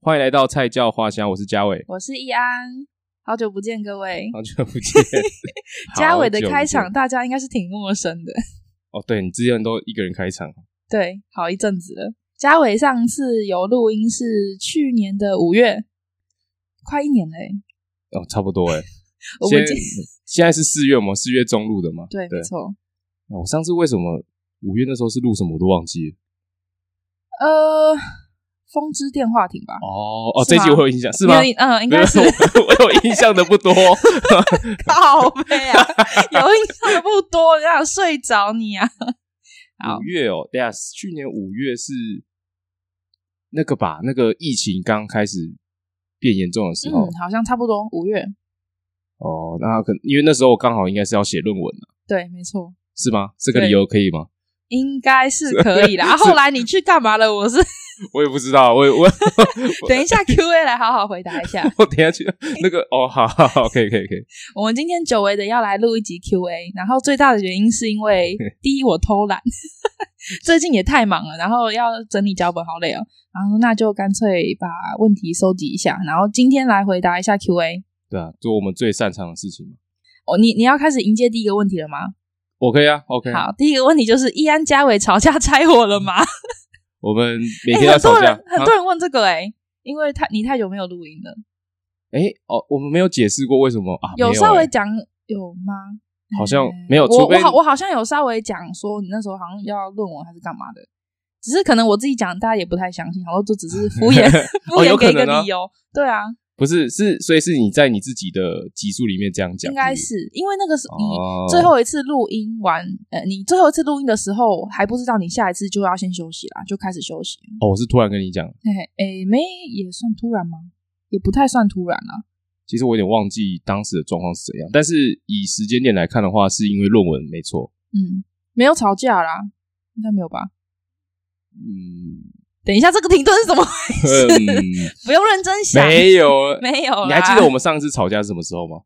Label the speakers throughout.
Speaker 1: 欢迎来到菜教花香，我是嘉伟，
Speaker 2: 我是易安，好久不见各位。。
Speaker 1: 好久不见
Speaker 2: 嘉伟的
Speaker 1: 好久不见
Speaker 2: 开场大家应该是挺陌生的，
Speaker 1: 哦，对你之前都一个人开场，
Speaker 2: 对，好一阵子了。嘉伟上次有录音是去年的五月，快一年嘞、
Speaker 1: 哦，差不多哎。
Speaker 2: 我不
Speaker 1: 现在
Speaker 2: 记，
Speaker 1: 现在是四月嘛，我们四月中录的嘛。
Speaker 2: 对，没错。
Speaker 1: 那我上次为什么五月那时候是录什么我都忘记了。
Speaker 2: 呃，风之电话亭吧，
Speaker 1: 哦哦，
Speaker 2: 是
Speaker 1: 这
Speaker 2: 吗
Speaker 1: 集我有印象是吗
Speaker 2: 没有？印嗯，应该是
Speaker 1: 没有 我有印象的不 多。
Speaker 2: 靠背啊，有印象的不多，你想睡着 你啊？好
Speaker 1: 五月哦，对啊，去年五月是那个吧？那个疫情刚开始变严重的时候
Speaker 2: 嗯，好像差不多五月，
Speaker 1: 哦，那可因为那时候我刚好应该是要写论文了，
Speaker 2: 对，没错，
Speaker 1: 是吗？这个
Speaker 2: 对
Speaker 1: 理由可以吗？
Speaker 2: 应该是 可以啦。啊后来你去干嘛了？我是
Speaker 1: 我也不知道，我也 我
Speaker 2: 等一下 Q&A 来好好回答一下。
Speaker 1: 我等一下去 那个哦，好好好，可以可以可以，
Speaker 2: 我们今天久违的要来录一集 Q&A，然后最大的原因是因为第一我偷懒， 最近也太忙了，然后要整理脚本好累哦，然后那就干脆把问题收集一下，然后今天来回答一下 Q&A。
Speaker 1: 对啊，做我们最擅长的事情嘛。
Speaker 2: 哦，你你要开始迎接第一个问题了吗？
Speaker 1: 我可以啊，OK 啊。
Speaker 2: 好，第一个问题就是易安嘉伟吵架拆伙 了吗？
Speaker 1: 我们每
Speaker 2: 诶
Speaker 1: 天要
Speaker 2: 很多
Speaker 1: 吵架
Speaker 2: 人，很
Speaker 1: 啊
Speaker 2: 多人问这个哎、因为太你太久没有录音了，
Speaker 1: 哎、哦，我们没有解释过为什么啊？没
Speaker 2: 有
Speaker 1: 有
Speaker 2: 稍
Speaker 1: 欸
Speaker 2: 微讲有吗？
Speaker 1: 好像
Speaker 2: 嗯
Speaker 1: 没有
Speaker 2: 我
Speaker 1: 除非
Speaker 2: 我好我好像有稍微讲说你那时候好像要论文还是干嘛的，只是可能我自己讲大家也不太相信，然后就 只是敷衍敷
Speaker 1: 哦有
Speaker 2: 衍
Speaker 1: 可
Speaker 2: 给一个
Speaker 1: 能啊
Speaker 2: 理由。对啊，
Speaker 1: 不是是，所以是你在你自己的集数里面这样讲，
Speaker 2: 应该
Speaker 1: 是
Speaker 2: 是因为那个是
Speaker 1: 不是
Speaker 2: 你
Speaker 1: 哦
Speaker 2: 最后一次录音完，呃，你最后一次录音的时候还不知道你下一次就要先休息啦，就开始休息了。
Speaker 1: 哦，我是突然跟你讲，
Speaker 2: 嘿嘿，诶，没也算突然吗？也不太算突然啦。
Speaker 1: 其实我有点忘记当时的状况是怎样，但是以时间点来看的话，是因为论文没错，
Speaker 2: 嗯，没有吵架啦，应该没有吧？
Speaker 1: 嗯
Speaker 2: 等一下，这个停顿是怎么？
Speaker 1: 嗯，
Speaker 2: 不用认真想，
Speaker 1: 没有，
Speaker 2: 没有啦。
Speaker 1: 你还记得我们上次吵架是什么时候吗？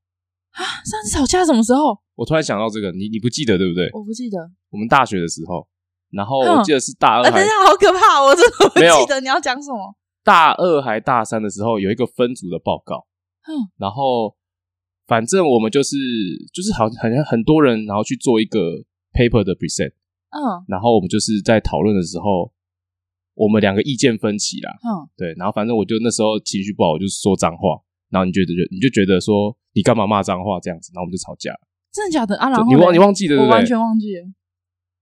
Speaker 2: 上次吵架什么时候？
Speaker 1: 我突然想到这个，你你不记得对不对？
Speaker 2: 我不记得。
Speaker 1: 我们大学的时候，然后
Speaker 2: 嗯
Speaker 1: 我记得是大
Speaker 2: 啊，
Speaker 1: 二
Speaker 2: 等
Speaker 1: 还
Speaker 2: 一下，好可怕！我真的不
Speaker 1: 没有
Speaker 2: 记得你要讲什么。
Speaker 1: 大二还大三的时候，有一个分组的报告，
Speaker 2: 嗯
Speaker 1: 然后反正我们就是就是好好像很多人，然后去做一个 paper 的 present，
Speaker 2: 嗯
Speaker 1: 然后我们就是在讨论的时候，我们两个意见分歧啦，
Speaker 2: 嗯，
Speaker 1: 对，然后反正我就那时候情绪不好，我就说脏话，然后你觉得就你就觉得说你干嘛骂脏话这样子，然后我们就吵架，
Speaker 2: 真的假的啊？然
Speaker 1: 就
Speaker 2: 后
Speaker 1: 你忘你
Speaker 2: 嘞
Speaker 1: 忘记了对
Speaker 2: 我
Speaker 1: 不
Speaker 2: 完
Speaker 1: 对？
Speaker 2: 全忘记了。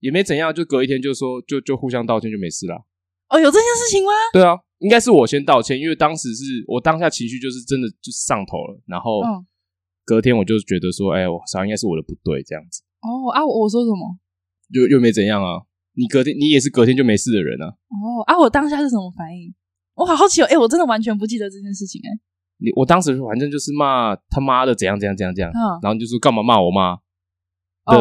Speaker 1: 也没怎样，就隔一天就说就就互相道歉就没事啦。
Speaker 2: 哦，有这件事情吗？
Speaker 1: 对啊，应该是我先道歉，因为当时是我当下情绪就是真的就上头了，然后
Speaker 2: 嗯
Speaker 1: 隔天我就觉得说，哎，我好像应该是我的不对，这样子
Speaker 2: 哦啊，我我说什么？
Speaker 1: 又又没怎样啊。你隔天你也是隔天就没事的人啊。
Speaker 2: 哦啊，我当下是什么反应？我好好奇哦，哎、我真的完全不记得这件事情哎、
Speaker 1: 你我当时反正就是骂他妈的怎样怎样怎样怎样，
Speaker 2: 嗯
Speaker 1: 然后你就说干嘛骂我妈的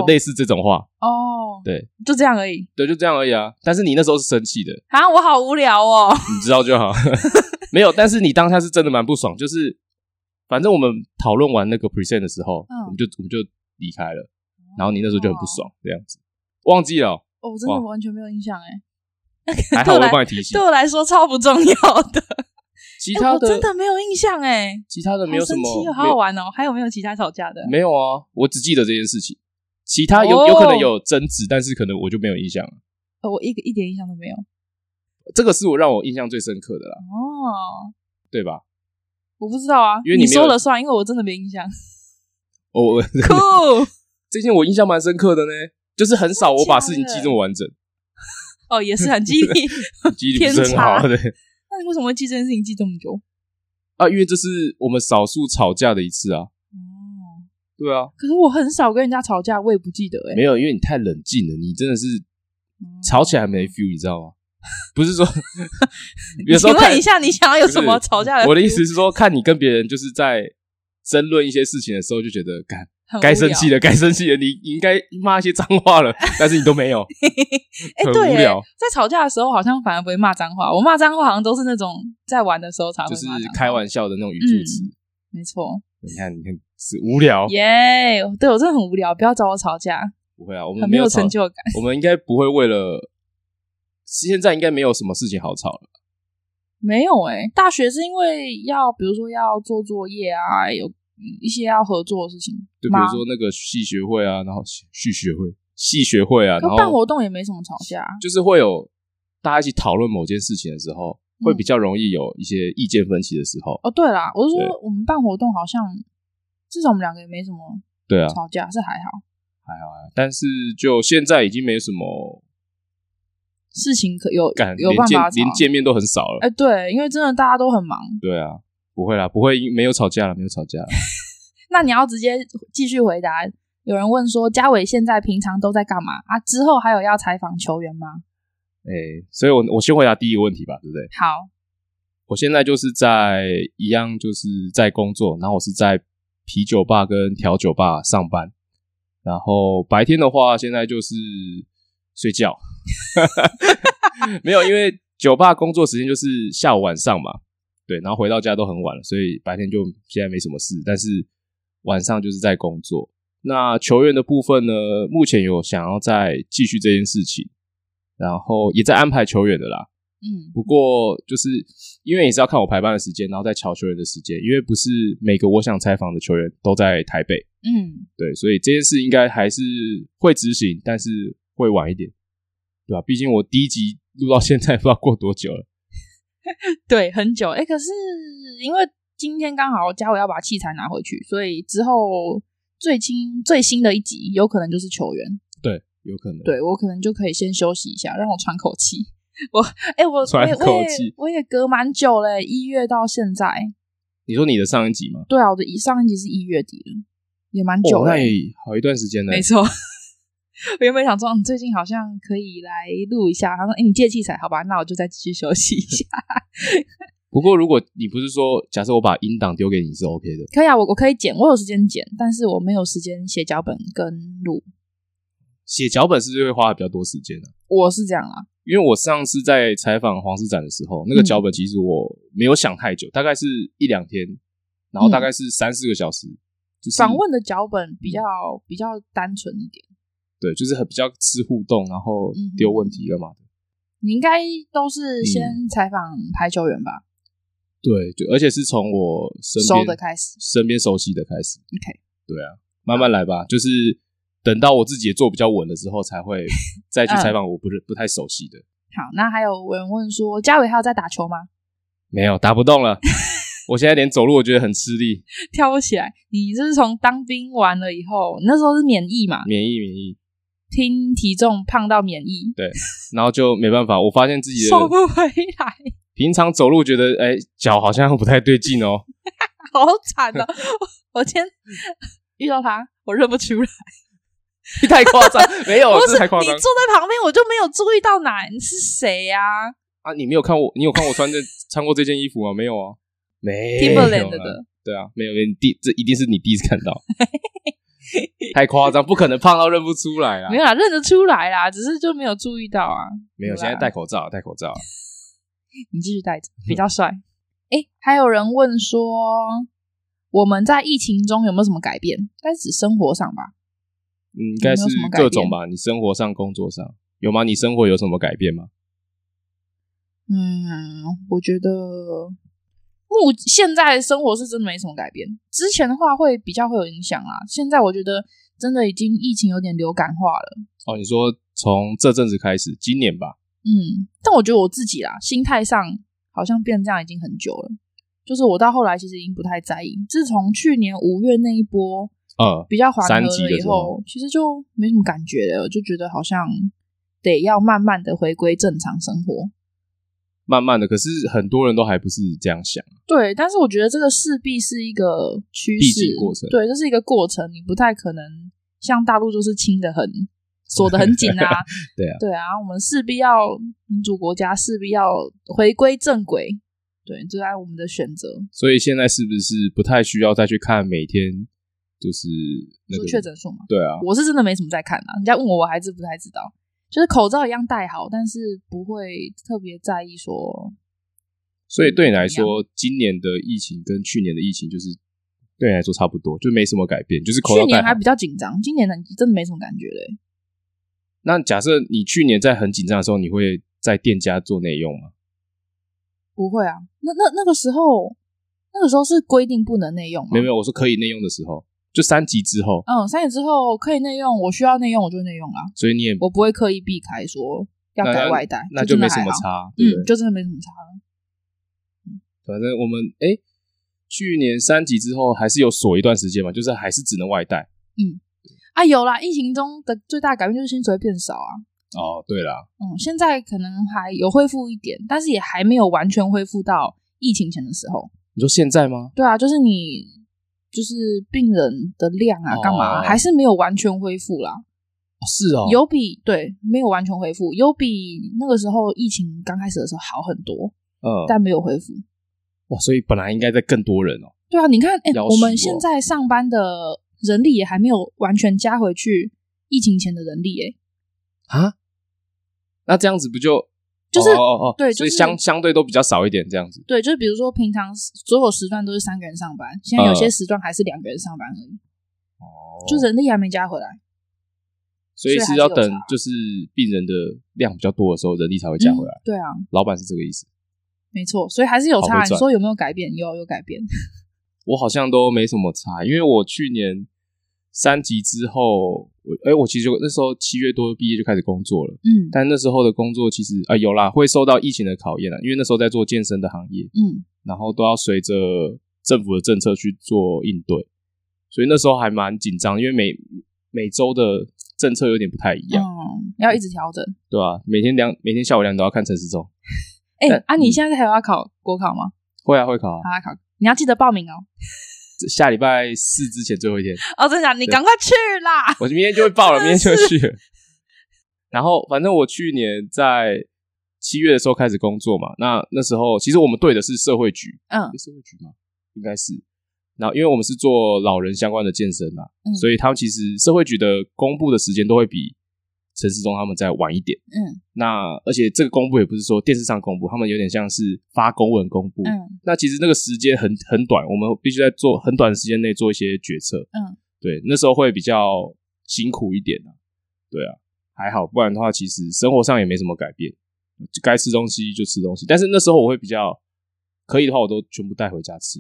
Speaker 2: 哦
Speaker 1: 类似这种话，
Speaker 2: 哦，
Speaker 1: 对，
Speaker 2: 就这样而已。
Speaker 1: 对，就这样而已啊。但是你那时候是生气的，
Speaker 2: 啊，我好无聊哦。
Speaker 1: 你知道就好。 没有，但是你当下是真的蛮不爽，就是反正我们讨论完那个 present 的时候，
Speaker 2: 嗯
Speaker 1: 我们就我们就离开了，然后你那时候就很不爽，这样子忘记了哦、
Speaker 2: 哦我真的
Speaker 1: 哇
Speaker 2: 完全没有印象哎、
Speaker 1: 还好我会帮你提醒
Speaker 2: 对。我来说超不重要的。
Speaker 1: 其
Speaker 2: 哎
Speaker 1: 他
Speaker 2: 我
Speaker 1: 的
Speaker 2: 真的没有印象哎、
Speaker 1: 其他的没有
Speaker 2: 好
Speaker 1: 什
Speaker 2: 神
Speaker 1: 么
Speaker 2: 奇哦，，好
Speaker 1: 没
Speaker 2: 好
Speaker 1: 有
Speaker 2: 玩哦。还有没有其他吵架的？
Speaker 1: 没有啊，我只记得这件事情。其他有、
Speaker 2: 哦
Speaker 1: 有可能有争执，但是可能我就没有印象了。
Speaker 2: 呃我一个一点印象都没有。
Speaker 1: 这个是我让我印象最深刻的啦，
Speaker 2: 哦，
Speaker 1: 对吧？
Speaker 2: 我不知道啊，
Speaker 1: 因为你
Speaker 2: 你
Speaker 1: 没有
Speaker 2: 说了算，因为我真的没印 象。
Speaker 1: 哦我 我
Speaker 2: 酷
Speaker 1: 这件我印象蛮深刻的呢，就是很少我把事情记这么完整，
Speaker 2: 哦，也是很记忆力。
Speaker 1: 记忆力不是很
Speaker 2: 偏
Speaker 1: 好，
Speaker 2: 差
Speaker 1: 对。
Speaker 2: 那你为什么会记这件事情记这么久？
Speaker 1: 啊，因为这是我们少数吵架的一次啊。
Speaker 2: 哦，
Speaker 1: 对啊，
Speaker 2: 可是我很少跟人家吵架，我也不记得哎、
Speaker 1: 没有，因为你太冷静了，你真的是
Speaker 2: 嗯
Speaker 1: 吵起来没 feel，你知道吗？ 不 是说有时候
Speaker 2: 请
Speaker 1: 看
Speaker 2: 问一下，你想要有什么
Speaker 1: 不是
Speaker 2: 吵架的？
Speaker 1: 我的意思是说，看你跟别人就是在争论一些事情的时候，就觉得干
Speaker 2: 很无聊
Speaker 1: 该生气。了，该生气了，你你应该骂一些脏话 了，但是你都没有，
Speaker 2: 哎、
Speaker 1: 很
Speaker 2: 对
Speaker 1: 无
Speaker 2: 耶，
Speaker 1: 聊
Speaker 2: 在吵架的时候好像反而不会骂脏话。我骂脏话好像都是那种在玩的时候才会
Speaker 1: 就是
Speaker 2: 骂脏话嗯
Speaker 1: 开玩笑的那种语助词。
Speaker 2: 没错，
Speaker 1: 你看，你看，是无聊，
Speaker 2: 耶、对我真的很无聊，不要找我吵架，
Speaker 1: 不会啊，我们
Speaker 2: 很没
Speaker 1: 有
Speaker 2: 有
Speaker 1: 吵
Speaker 2: 成，就感。
Speaker 1: 我们应该不会为了现在应该没有什么事情好吵了。
Speaker 2: 没有哎、大学是因为要比如说要做作业啊，有嗯一些要合作的事情吗，
Speaker 1: 就比如说那个系学会啊，然后系系学会、系学会啊，然
Speaker 2: 可办
Speaker 1: 后
Speaker 2: 活动也没什么吵架啊，
Speaker 1: 就是会有大家一起讨论某件事情的时候，会
Speaker 2: 嗯
Speaker 1: 比较容易有一些意见分歧的时候。
Speaker 2: 哦，对啦，我是
Speaker 1: 对
Speaker 2: 说我们办活动好像，至少我们两个也没什么
Speaker 1: 对啊，
Speaker 2: 吵架，是还好。
Speaker 1: 还好啊，但是就现在已经没什么
Speaker 2: 事情可有
Speaker 1: 感，
Speaker 2: 有
Speaker 1: 连
Speaker 2: 办
Speaker 1: 见
Speaker 2: 法吵
Speaker 1: 连见面都很少了。
Speaker 2: 哎、对，因为真的大家都很忙。
Speaker 1: 对啊，不会啦，不会，没有吵架了，没有吵架了。
Speaker 2: 那你要直接继续回答。有人问说，嘉伟现在平常都在干嘛啊？之后还有要采访球员吗？
Speaker 1: 哎、所以我我先回答第一个问题吧，对不对？
Speaker 2: 好，
Speaker 1: 我现在就是在一样就是在工作，然后我是在啤酒吧跟调酒吧上班，然后白天的话现在就是睡觉，没有，因为酒吧工作时间就是下午晚上嘛，对，然后回到家都很晚了，所以白天就现在没什么事，但是晚上就是在工作。那球员的部分呢，目前有想要再继续这件事情，然后也在安排球员的啦，
Speaker 2: 嗯，
Speaker 1: 不过就是因为也是要看我排班的时间，然后再瞧球员的时间，因为不是每个我想采访的球员都在台北，
Speaker 2: 嗯，
Speaker 1: 对，所以这件事应该还是会执行，但是会晚一点，对吧、毕竟我第一集录到现在不知 道过多久了，
Speaker 2: 对，很久。哎、可是因为今天刚好嘉伟要把器材拿回去，所以之后最新最新的一集有可能就是球员。
Speaker 1: 对，有可能，，
Speaker 2: 对我可能就可以先休息一下，让我喘口气。我哎、我
Speaker 1: 喘口
Speaker 2: 我也我
Speaker 1: 气
Speaker 2: 也我也隔蛮久嘞、一月到现在。
Speaker 1: 你说你的上一集吗？
Speaker 2: 对啊，我的以上一集是一月底了，也蛮久
Speaker 1: 哦，
Speaker 2: 了、欸
Speaker 1: 那也好一段时间了
Speaker 2: 没，错。 我原本想说，嗯，最近好像可以来录一下。他说：“哎、你借器材好吧？那我就再继续休息一下。
Speaker 1: 不过如果你不是说，假设我把音档丢给你是 OK 的，”
Speaker 2: 可以啊，我我可以剪，我有时间剪，但是我没有时间写脚本跟录。
Speaker 1: 写脚本是不是会花比较多时间啊？
Speaker 2: 我是这样啦，
Speaker 1: 因为我上次在采访黄世展的时候，那个
Speaker 2: 嗯
Speaker 1: 脚本其实我没有想太久，大概是一两天，然后大概是三四个小时，就是
Speaker 2: 嗯访问的脚本比较
Speaker 1: 嗯
Speaker 2: 比较单纯一点。
Speaker 1: 对，就是很比较吃互动，然后
Speaker 2: 嗯哼
Speaker 1: 丢问题干嘛的。
Speaker 2: 你应该都是
Speaker 1: 嗯
Speaker 2: 先采访排球员吧，
Speaker 1: 对，就而且是从我身
Speaker 2: 收
Speaker 1: 边
Speaker 2: 的开始。
Speaker 1: 身边熟悉的开始。
Speaker 2: OK
Speaker 1: 对啊，慢慢来吧，就是等到我自己也做比较稳了之后，才 会再去
Speaker 2: 嗯
Speaker 1: 采访我不是不太熟悉的。
Speaker 2: 好，那还有人问说，嘉伟还有在打球吗？
Speaker 1: 没有打不动了，我现在连走路我觉得很吃力，
Speaker 2: 跳不起来。你就是从当兵完了以后，你那时候是免疫嘛，
Speaker 1: 免疫免疫，
Speaker 2: 听体重胖到免疫，
Speaker 1: 然后就没办法，我发现自己的
Speaker 2: 瘦不回来，
Speaker 1: 平常走路觉得哎脚好像不太对劲 哦，
Speaker 2: 好惨哦！ 我我今天
Speaker 1: 嗯
Speaker 2: 遇到他，我认不出来。
Speaker 1: 太夸 张，没 有，
Speaker 2: 不
Speaker 1: 这
Speaker 2: 是
Speaker 1: 太夸
Speaker 2: 你
Speaker 1: 张
Speaker 2: 坐在旁边，我就没有注意到哪你是谁呀、啊
Speaker 1: 啊！你没有看我，你有看我穿这穿过这件衣服吗？没有啊，没有啦
Speaker 2: ？Timberland 的，
Speaker 1: 对啊，没有，你第这一定是你第一次看 到，太夸张，不可能胖到认不出来啊！
Speaker 2: 没有啦，认得出来啦，只是就没有注意到啊。
Speaker 1: 没有，
Speaker 2: 有啦
Speaker 1: 现在戴口罩，戴口罩，
Speaker 2: 你继续带着，
Speaker 1: 嗯
Speaker 2: 比较帅。哎、还有人问说，我们在疫情中有没有什么改变？但是生活上吧，
Speaker 1: 嗯，应该是
Speaker 2: 有没有什么改变
Speaker 1: 各种吧，你生活上、工作上有吗？你生活有什么改变吗？
Speaker 2: 嗯，我觉得目现在生活是真的没什么改变。之前的话会比较会有影响啦，现在我觉得真的已经疫情有点流感化了。
Speaker 1: 哦，你说从这阵子开始，今年吧，
Speaker 2: 嗯，但我觉得我自己啦，心态上好像变这样已经很久了。就是我到后来其实已经不太在意，自从去年五月那一波
Speaker 1: 呃，
Speaker 2: 比较缓和
Speaker 1: 三级
Speaker 2: 了
Speaker 1: 的
Speaker 2: 以
Speaker 1: 时候
Speaker 2: 后，其实就没什么感觉了，就觉得好像得要慢慢的回归正常生活。
Speaker 1: 慢慢的，可是很多人都还不是这样想。
Speaker 2: 对，但是我觉得这个势必是一个趋
Speaker 1: 必
Speaker 2: 势
Speaker 1: 经过程
Speaker 2: 对，这是一个过程，你不太可能像大陆就是清的很锁的很紧啊，
Speaker 1: 对啊，
Speaker 2: 对啊，我们势必要民主国家势必要回归正轨，对，这在我们的选择，
Speaker 1: 所以现在是不是不太需要再去看每天就是那
Speaker 2: 说
Speaker 1: 个
Speaker 2: 确？诊数嘛，
Speaker 1: 对啊，
Speaker 2: 我是真的没什么在看啊，人家问我，我还是不太知道，就是口罩一样戴好，但是不会特别在意说
Speaker 1: 所以对你来
Speaker 2: 嗯怎
Speaker 1: 说，今年的疫情跟去年的疫情就是对你来说差不多，就没什么改变，就是口
Speaker 2: 去
Speaker 1: 罩
Speaker 2: 年
Speaker 1: 戴
Speaker 2: 还
Speaker 1: 好。
Speaker 2: 比较紧张，今年呢真的没什么感觉嘞、
Speaker 1: 那假设你去年在很紧张的时候，你会在店家做内用吗？
Speaker 2: 不会啊，那那那个时候，那个时候是规定不能内用吗？
Speaker 1: 没有没有，我说可以内用的时候，就三级之后，
Speaker 2: 嗯，三年之后可以内用，我需要内用我就内用啦，
Speaker 1: 所以你也
Speaker 2: 我不会刻意避开说要
Speaker 1: 那
Speaker 2: 改外带，
Speaker 1: 那
Speaker 2: 就
Speaker 1: 就
Speaker 2: 真的
Speaker 1: 没什
Speaker 2: 还
Speaker 1: 么
Speaker 2: 好。
Speaker 1: 差，对不对
Speaker 2: 嗯，？就真的没什么差了。
Speaker 1: 反正我们哎，去年三级之后还是有锁一段时间嘛，就是还是只能外带。
Speaker 2: 啊，有啦，疫情中的最大改变就是薪水变少啊。
Speaker 1: 哦，对啦，
Speaker 2: 嗯，现在可能还有恢复一点，但是也还没有完全恢复到疫情前的时候。
Speaker 1: 你说现在吗？
Speaker 2: 对啊，就是你就是病人的量啊
Speaker 1: 哦，
Speaker 2: 干嘛、还是没有完全恢复啦。
Speaker 1: 哦是哦，
Speaker 2: 有比对没有完全恢复，有比那个时候疫情刚开始的时候好很多，
Speaker 1: 嗯，
Speaker 2: 但没有恢复。
Speaker 1: 哇，所以本来应该在更多人哦，
Speaker 2: 对啊，你看，哎、
Speaker 1: 要
Speaker 2: 我们
Speaker 1: 死哦我
Speaker 2: 现在上班的人力也还没有完全加回去疫情前的人力、哎，
Speaker 1: 啊，那这样子不就
Speaker 2: 就是
Speaker 1: 哦哦哦，
Speaker 2: 对
Speaker 1: 所以
Speaker 2: 就是
Speaker 1: 相相对都比较少一点这样子。
Speaker 2: 对，就是比如说平常所有时段都是三个人上班，现在有些时段还是两个人上班而已，
Speaker 1: 嗯哦
Speaker 2: 就人力还没加回来。
Speaker 1: 所以
Speaker 2: 所以还
Speaker 1: 是
Speaker 2: 是
Speaker 1: 要
Speaker 2: 有
Speaker 1: 等
Speaker 2: 差
Speaker 1: 就是病人的量比较多的时候，人力才会加回来。
Speaker 2: 嗯对啊，
Speaker 1: 老板是这个意思。
Speaker 2: 没错，所以还是有
Speaker 1: 好
Speaker 2: 差。
Speaker 1: 会
Speaker 2: 你
Speaker 1: 赚
Speaker 2: 说有没有改变？有，有改变。
Speaker 1: 我好像都没什么差，因为我去年三级之后，我哎、我其实就那时候七月多毕业就开始工作了，
Speaker 2: 嗯
Speaker 1: 但那时候的工作其实啊、有啦，会受到疫情的考验啦，因为那时候在做健身的行业，
Speaker 2: 嗯，
Speaker 1: 然后都要随着政府的政策去做应对，所以那时候还蛮紧张，因为每每周的政策有点不太一样，
Speaker 2: 嗯，要一直调整。
Speaker 1: 对吧、每天两每天下午两点都要看陈时中，
Speaker 2: 哎、
Speaker 1: 但
Speaker 2: 啊，
Speaker 1: 嗯
Speaker 2: 你现在还有要考国考吗？
Speaker 1: 会啊会考啊，
Speaker 2: 还要考，你要记得报名哦。
Speaker 1: 这下礼拜四之前最后一天，
Speaker 2: 哦，真的假的？你赶快去啦！
Speaker 1: 我明天就会报了，
Speaker 2: 真
Speaker 1: 明
Speaker 2: 的
Speaker 1: 天
Speaker 2: 是
Speaker 1: 就会去了。然后，反正我去年在七月的时候开始工作嘛，那那时候其实我们对的是社会局，
Speaker 2: 嗯
Speaker 1: 诶社会局吗？应该是。然后，因为我们是做老人相关的健身嘛，
Speaker 2: 嗯
Speaker 1: 所以他们其实社会局的公布的时间都会比陈世忠他们再晚一点。
Speaker 2: 嗯
Speaker 1: 那而且这个公布也不是说电视上公布，他们有点像是发公文公布，
Speaker 2: 嗯
Speaker 1: 那其实那个时间很很短，我们必须在做很短的时间内做一些决策。
Speaker 2: 嗯，
Speaker 1: 对，那时候会比较辛苦一点啊。对啊，还好，不然的话，其实生活上也没什么改变，就该吃东西就吃东西。但是那时候我会比较，可以的话我都全部带回家吃。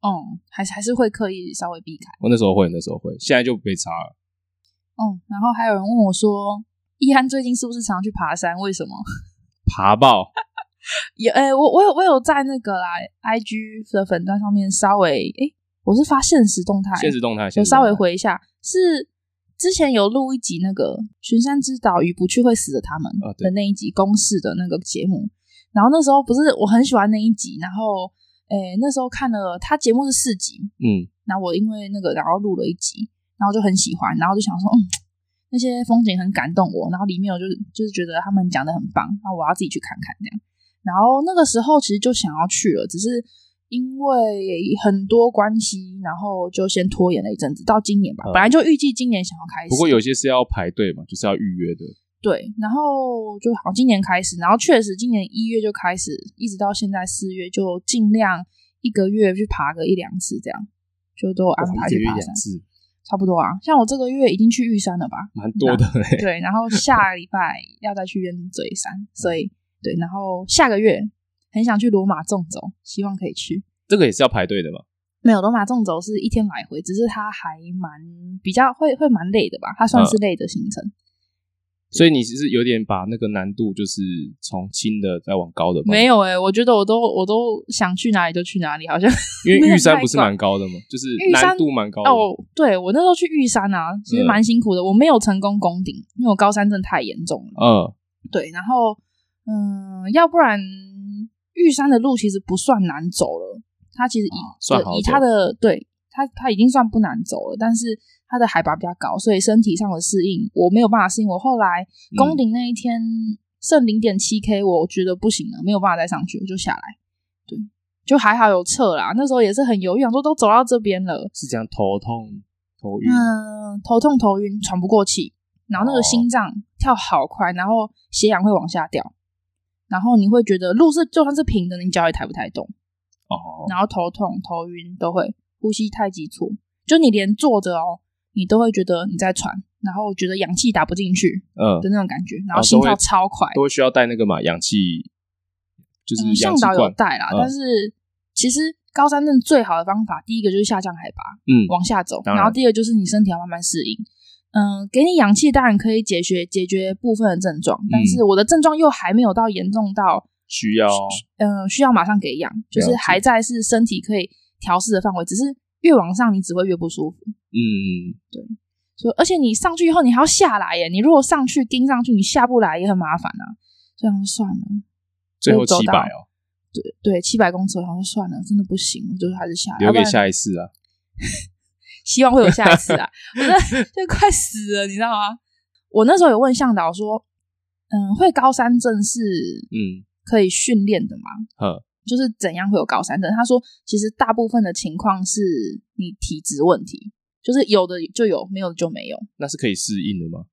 Speaker 2: 嗯，还是还是会刻意稍微避开。
Speaker 1: 我那时候会，那时候会，现在就被查了。
Speaker 2: 嗯，然后还有人问我说，易安最近是不是常去爬山？为什么？
Speaker 1: 爬爆，
Speaker 2: 也，诶、我我有我有在那个啦，IG 的粉段上面稍微，诶、我是发现实动态，
Speaker 1: 现实动态，现
Speaker 2: 有
Speaker 1: 实动
Speaker 2: 稍
Speaker 1: 态
Speaker 2: 微回一下，是之前有录一集那个《巡山之岛与不去会死的他们
Speaker 1: 啊》对
Speaker 2: 的那一集公式的那个节目，然后那时候不是我很喜欢那一集，然后诶、那时候看了他节目是四集，
Speaker 1: 嗯，
Speaker 2: 那我因为那个，然后录了一集，然后就很喜欢，然后就想说，嗯，那些风景很感动我，然后里面我就是就是觉得他们讲的很棒，那我要自己去看看这样。然后那个时候其实就想要去了，只是因为很多关系，然后就先拖延了一阵子，到今年吧。
Speaker 1: 嗯
Speaker 2: 本来就预计今年想要开始，
Speaker 1: 不过有些是要排队嘛，就是要预约的。
Speaker 2: 对，然后就好，今年开始，然后确实今年一月就开始，一直到现在四月，就尽量一个月去爬个一两次这样。就都安
Speaker 1: 哇
Speaker 2: 排
Speaker 1: 一个
Speaker 2: 去
Speaker 1: 月
Speaker 2: 爬山
Speaker 1: 两，次，
Speaker 2: 差不多啊。像我这个月已经去玉山了吧？
Speaker 1: 蛮多的嘞、
Speaker 2: 对，啊嗯然后下礼拜要再去鸢嘴山，所以对，然后下个月很想去罗马纵走，希望可以去。
Speaker 1: 这个也是要排队的嘛。
Speaker 2: 没有罗马纵走是一天来回，只是它还蛮比较会会蛮累的吧，它算是累的行程。
Speaker 1: 所以你其实有点把那个难度就是从轻的再往高的吧，
Speaker 2: 没有诶、我觉得我都我都想去哪里就去哪里，好像
Speaker 1: 因为
Speaker 2: 没有
Speaker 1: 玉山
Speaker 2: 太
Speaker 1: 不是
Speaker 2: 高
Speaker 1: 蛮高的吗？就是
Speaker 2: 玉山
Speaker 1: 难度蛮高的。
Speaker 2: 哦，对我那时候去玉山啊，其实
Speaker 1: 嗯
Speaker 2: 蛮辛苦的，我没有成功攻顶，因为我高山症太严重了。
Speaker 1: 嗯，
Speaker 2: 对，然后嗯，要不然玉山的路其实不算难走了，它其实以、
Speaker 1: 啊算好
Speaker 2: 以
Speaker 1: 走
Speaker 2: 它的对它它已经算不难走了，但是它的海拔比较高，所以身体上的适应我没有办法适应。我后来
Speaker 1: 嗯
Speaker 2: 攻顶那一天剩零点七 K，我觉得不行了，没有办法再上去，我就下来。对，就还好有撤啦，那时候也是很犹豫，想说都走到这边了，
Speaker 1: 是讲头痛、头晕，
Speaker 2: 嗯，头痛、头晕、喘不过气，然后那个
Speaker 1: 哦
Speaker 2: 心脏跳好快，然后血氧会往下掉，然后你会觉得路是就算是平的，你脚也抬不太动，
Speaker 1: 哦，
Speaker 2: 然后头痛、头晕都会，呼吸太急促，就你连坐着哦，你都会觉得你在喘，然后觉得氧气打不进去
Speaker 1: 嗯，
Speaker 2: 的那种感觉，然后
Speaker 1: 哦
Speaker 2: 心
Speaker 1: 都会
Speaker 2: 跳超快，
Speaker 1: 都会需要带那个嘛氧气，就是
Speaker 2: 嗯，
Speaker 1: 氧
Speaker 2: 向
Speaker 1: 气
Speaker 2: 导有
Speaker 1: 罐，
Speaker 2: 带啦，
Speaker 1: 嗯
Speaker 2: 但是其实高山症最好的方法，第一个就是下降海拔，
Speaker 1: 嗯
Speaker 2: 往下走，
Speaker 1: 当然
Speaker 2: 后第二个就是你身体要慢慢适应。嗯，给你氧气当然可以解决解决部分的症状，但
Speaker 1: 嗯
Speaker 2: 是我的症状又还没有到严重到
Speaker 1: 需要
Speaker 2: 嗯、需要马上给氧，就是
Speaker 1: 了解
Speaker 2: 还在是身体可以调试的范围，只是越往上你只会越不舒服。
Speaker 1: 嗯
Speaker 2: 所以而且你上去以后你还要下来耶，你如果上去盯上去，你下不来也很麻烦啊。所以我就算了，
Speaker 1: 最后
Speaker 2: 我走
Speaker 1: 七
Speaker 2: 到
Speaker 1: 百哦，
Speaker 2: 对对，七百公尺，然后算了，真的不行，我就还是下来，
Speaker 1: 留
Speaker 2: 要不
Speaker 1: 给
Speaker 2: 然
Speaker 1: 下一次啊。
Speaker 2: 希望会有下一次 啊！我真的就快死了，你知道吗？我那时候有问向导说，嗯，会高山症是
Speaker 1: 嗯，
Speaker 2: 可以训练的吗？
Speaker 1: 呵，
Speaker 2: 就是怎样会有高山症？他说，其实大部分的情况是你体质问题，就是有的就有，没有的就没有。
Speaker 1: 那是可以适应的吗？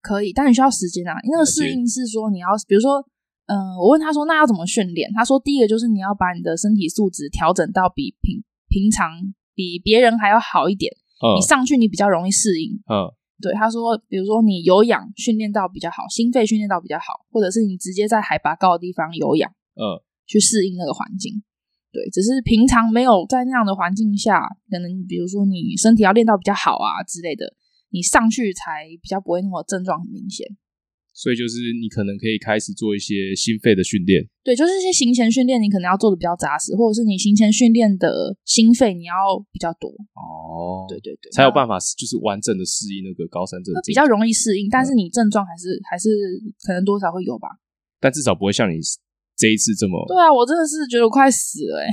Speaker 2: 可以，但你需要时间啊。那个
Speaker 1: 了解
Speaker 2: 适应是说你要，比如说，嗯、我问他说那要怎么训练？他说第一个就是你要把你的身体素质调整到比平平常比别人还要好一点，
Speaker 1: 嗯
Speaker 2: 你上去你比较容易适应。
Speaker 1: 嗯
Speaker 2: 对，他说，比如说你有氧训练到比较好，心肺训练到比较好，或者是你直接在海拔高的地方有氧
Speaker 1: 嗯，
Speaker 2: 去适应那个环境。对，只是平常没有在那样的环境下，可能比如说你身体要练到比较好啊之类的，你上去才比较不会那么症状很明显。
Speaker 1: 所以就是你可能可以开始做一些心肺的训练。
Speaker 2: 对，就是一些行前训练，你可能要做的比较扎实，或者是你行前训练的心肺你要比较多。
Speaker 1: 哦
Speaker 2: 对，对对，
Speaker 1: 才有
Speaker 2: 法
Speaker 1: 办法就是完整的适应那个高山症
Speaker 2: 会
Speaker 1: 症，
Speaker 2: 嗯比较容易适应，但
Speaker 1: 嗯
Speaker 2: 是你症状还是还是可能多少会有吧。
Speaker 1: 但至少不会像你这一次这么。
Speaker 2: 对啊，我真的是觉得我快死了、欸，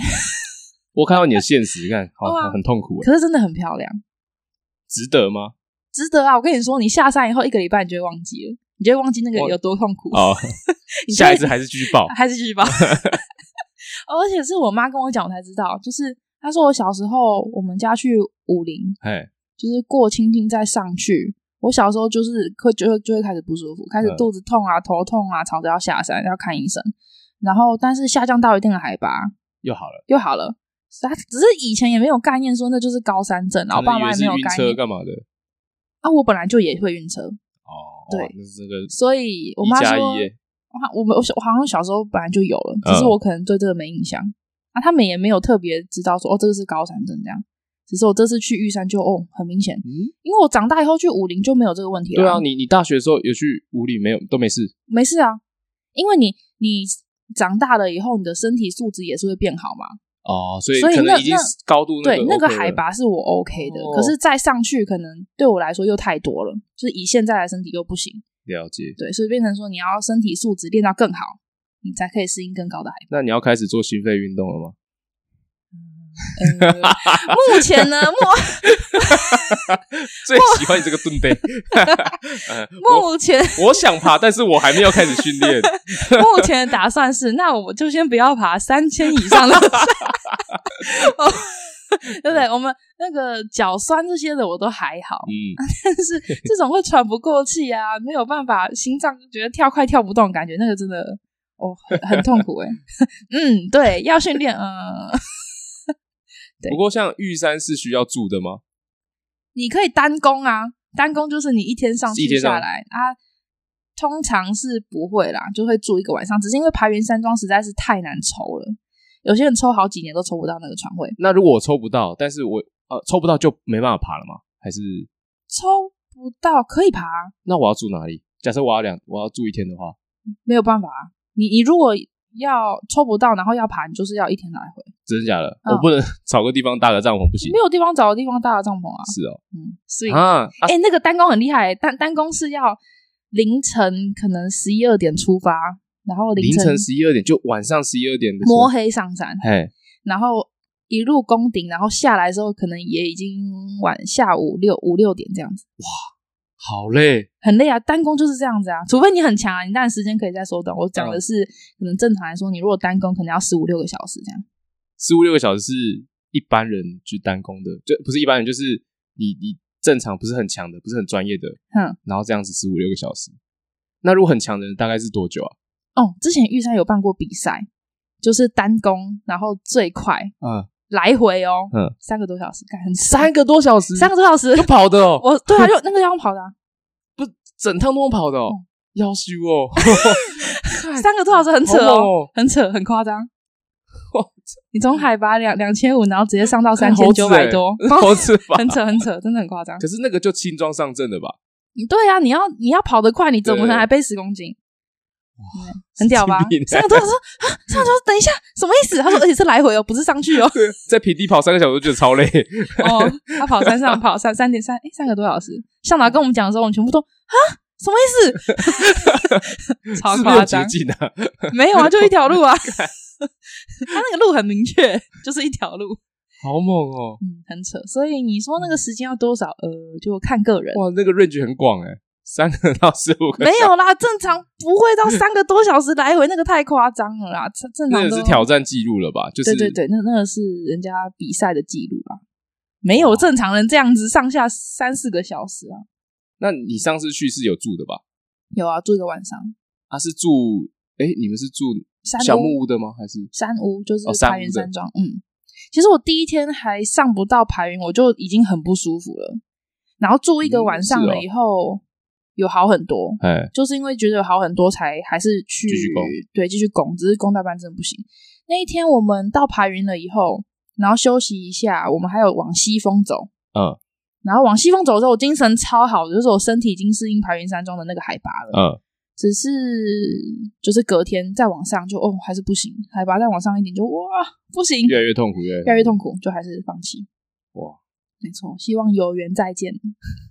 Speaker 1: 我看到你的现实，看好
Speaker 2: 哇
Speaker 1: 很痛苦欸，
Speaker 2: 可是真的很漂亮，
Speaker 1: 值得吗？
Speaker 2: 值得啊！我跟你说，你下山以后一个礼拜，你就会忘记了，你就会忘记那个
Speaker 1: 我
Speaker 2: 有多痛苦。
Speaker 1: 哦，
Speaker 2: 你就会
Speaker 1: 下一次还是继续报
Speaker 2: 还是继续 吧。哦而且是我妈跟我讲，我才知道，就是她说我小时候我们家去武陵，
Speaker 1: 哎，
Speaker 2: 就是过清境再上去。我小时候就是会就会就会开始不舒服，开始
Speaker 1: 嗯
Speaker 2: 肚子痛啊、头痛啊，吵着要下山要看医生。然后，但是下降到一定的海拔
Speaker 1: 又好了。
Speaker 2: 又好了。他只是以前也没有概念说那就是高山症，然后
Speaker 1: 可能
Speaker 2: 爸
Speaker 1: 以
Speaker 2: 妈
Speaker 1: 为
Speaker 2: 也
Speaker 1: 是
Speaker 2: 没有
Speaker 1: 晕
Speaker 2: 概
Speaker 1: 车
Speaker 2: 念
Speaker 1: 干嘛的？
Speaker 2: 啊。我本来就也会晕车，
Speaker 1: 哦，
Speaker 2: 对
Speaker 1: 哇那是这个
Speaker 2: 所以我妈
Speaker 1: 一加
Speaker 2: 说，
Speaker 1: 一耶，
Speaker 2: 哇我们我小我好像小时候本来就有了，
Speaker 1: 嗯
Speaker 2: 只是我可能对这个没印象。啊，他们也没有特别知道说哦，这个是高山症这样。只是我这次去玉山就哦很明显，
Speaker 1: 嗯，
Speaker 2: 因为我长大以后去武陵就没有这个问题了。
Speaker 1: 对啊，你你大学的时候有去五里没有都没事，
Speaker 2: 没事啊，因为你你长大了以后，你的身体素质也是会变好嘛。
Speaker 1: 哦，所以
Speaker 2: 所以
Speaker 1: 可能
Speaker 2: 那
Speaker 1: 已经
Speaker 2: 那
Speaker 1: 是高度
Speaker 2: 对，
Speaker 1: 那
Speaker 2: 那
Speaker 1: 个
Speaker 2: 个
Speaker 1: OK 了
Speaker 2: 海，拔是我 OK 的，
Speaker 1: 哦
Speaker 2: 可是再上去可能对我来说又太多了，就是以现在的身体又不行。
Speaker 1: 了解。
Speaker 2: 对，所以变成说你要身体素质练到更好，你才可以适应更高的海拔。
Speaker 1: 那你要开始做心肺运动了吗？
Speaker 2: 呃 目前呢，目
Speaker 1: 最喜欢你这个盾杯。 呃我
Speaker 2: 目前
Speaker 1: 我想爬，但是我还没有开始训练。
Speaker 2: 目前的打算是，那我就先不要爬三千以上的山， 哦对不对？我们那个脚酸这些的我都还好，
Speaker 1: 嗯，
Speaker 2: 但是这种会喘不过气啊，没有办法，心脏觉得跳快跳不动，感觉那个真的哦很很痛苦哎、 嗯，对，要训练。嗯、对
Speaker 1: 不过像玉山是需要住的吗？
Speaker 2: 你可以单攻啊，单攻就是你一天上
Speaker 1: 一
Speaker 2: 去
Speaker 1: 天上
Speaker 2: 下来啊，通常是不会啦，就会住一个晚上，只是因为排云山庄实在是太难抽了。有些人抽好几年都抽不到那个床位，
Speaker 1: 那如果我抽不到，但是我呃抽不到就没办法爬了吗？还是
Speaker 2: 抽不到可以爬啊，
Speaker 1: 那我要住哪里？假设我要两我要住一天的话，
Speaker 2: 没有办法啊。你你如果要抽不到，然后要爬，你就是要一天来回，
Speaker 1: 真的假的？
Speaker 2: 嗯
Speaker 1: 我不能 找个地方搭个帐篷不行
Speaker 2: 没？有地方找的地方搭个帐篷啊。
Speaker 1: 是哦，
Speaker 2: 嗯，所以
Speaker 1: 啊啊
Speaker 2: 哎、那个单工很厉害、单单工是要凌晨可能十一二点出发，然后
Speaker 1: 凌
Speaker 2: 晨
Speaker 1: 晨十一二点就晚上十一二点的时
Speaker 2: 摸
Speaker 1: 候，
Speaker 2: 黑上山，
Speaker 1: 嘿，
Speaker 2: 然后一路攻顶，然后下来的时候可能也已经晚下午六五六点这样子，
Speaker 1: 好累，
Speaker 2: 很累啊。单工就是这样子啊，除非你很强啊，你当然时间可以再缩短。我
Speaker 1: 嗯
Speaker 2: 讲的是，可能正常来说，你如果单工可能要十五六个小时这样。
Speaker 1: 十五六个小时是一般人去单工的，就不是一般人，就是你你正常不是很强的，不是很专业的，
Speaker 2: 嗯，
Speaker 1: 然后这样子十五六个小时。那如果很强的人大概是多久啊？
Speaker 2: 哦，之前玉山有办过比赛，就是单工，然后最快
Speaker 1: 啊，
Speaker 2: 来回哦，
Speaker 1: 嗯，
Speaker 2: 三个多小时，干很
Speaker 1: 三个多小时，
Speaker 2: 三个多小 时
Speaker 1: 就跑的哦，
Speaker 2: 我对啊，就那个要跑的啊、
Speaker 1: 不整趟都跑的哦
Speaker 2: 嗯，
Speaker 1: 要修哦，干
Speaker 2: 三个多小时很扯
Speaker 1: 好
Speaker 2: 哦，
Speaker 1: 猛哦
Speaker 2: 很扯，很 夸张。
Speaker 1: 哇这
Speaker 2: 你从海拔两两千五，然后直接上到三
Speaker 1: 干
Speaker 2: 千
Speaker 1: 猴子
Speaker 2: 九百
Speaker 1: 欸
Speaker 2: 多，
Speaker 1: 猴子吧？
Speaker 2: 很扯很扯，真的很夸张。
Speaker 1: 可是那个就轻装上阵了吧？
Speaker 2: 对啊，你要你要跑得快，你怎么可能
Speaker 1: 对
Speaker 2: 还背十公斤？哇，很屌吧
Speaker 1: 神经病？欸
Speaker 2: 三个多小时啊，三个多小时，等一下，什么意思？他说，而且是来回哦，不是 上去哦。
Speaker 1: 对，在平地跑三个小时，我觉得超累。
Speaker 2: 哦，他跑山上跑三三点三，哎，三个多小时。向导跟我们讲的时候，我们全部都啊，什么意思？ 超
Speaker 1: 是没有
Speaker 2: 夸
Speaker 1: 捷
Speaker 2: 张，
Speaker 1: 径啊，
Speaker 2: 没有啊，就一条路啊。 他那个路很明确， 就是一条路，
Speaker 1: 好猛哦！
Speaker 2: 嗯，很扯。所以你说那个时间要多少？呃，就看个人。
Speaker 1: 哇，那个 range 很广哎，三个到十五个
Speaker 2: 没，有啦，正常不会到三个多小时来回，那个太夸张了啦。正正常
Speaker 1: 那也
Speaker 2: 都
Speaker 1: 是挑战记录了吧？就是
Speaker 2: 对对对，那那个是人家比赛的记录啊，没
Speaker 1: 嗯
Speaker 2: 有正常人这样子上下三四个小时啊。
Speaker 1: 那你上次去是有住的吧？
Speaker 2: 有啊，住一个晚上，
Speaker 1: 啊，是住哎，你们是住
Speaker 2: 山
Speaker 1: 小
Speaker 2: 屋
Speaker 1: 木屋的吗？还是
Speaker 2: 山屋就是
Speaker 1: 哦山
Speaker 2: 排云
Speaker 1: 屋的
Speaker 2: 山庄，嗯。其实我第一天还上不到排云，我就已经很不舒服了。然后住一个
Speaker 1: 嗯
Speaker 2: 晚上
Speaker 1: 是
Speaker 2: 了
Speaker 1: 哦
Speaker 2: 以后，有好很多，
Speaker 1: 哎
Speaker 2: 就是因为觉得有好很多，才还是去
Speaker 1: 继续攻
Speaker 2: 对继续拱，只是攻到半真的不行。那一天我们到排云了以后，然后休息一下，我们还有往西峰走，
Speaker 1: 嗯
Speaker 2: 然后往西峰走的时候，我精神超好的，就是我身体已经适应排云山庄的那个海拔了，
Speaker 1: 嗯
Speaker 2: 只是就是隔天再往上就哦还是不行，海拔再往上一点就哇不行，
Speaker 1: 越来越痛苦，越
Speaker 2: 越来
Speaker 1: 来
Speaker 2: 越
Speaker 1: 越
Speaker 2: 痛苦，就还是放弃。
Speaker 1: 哇！
Speaker 2: 没错，希望有缘再见。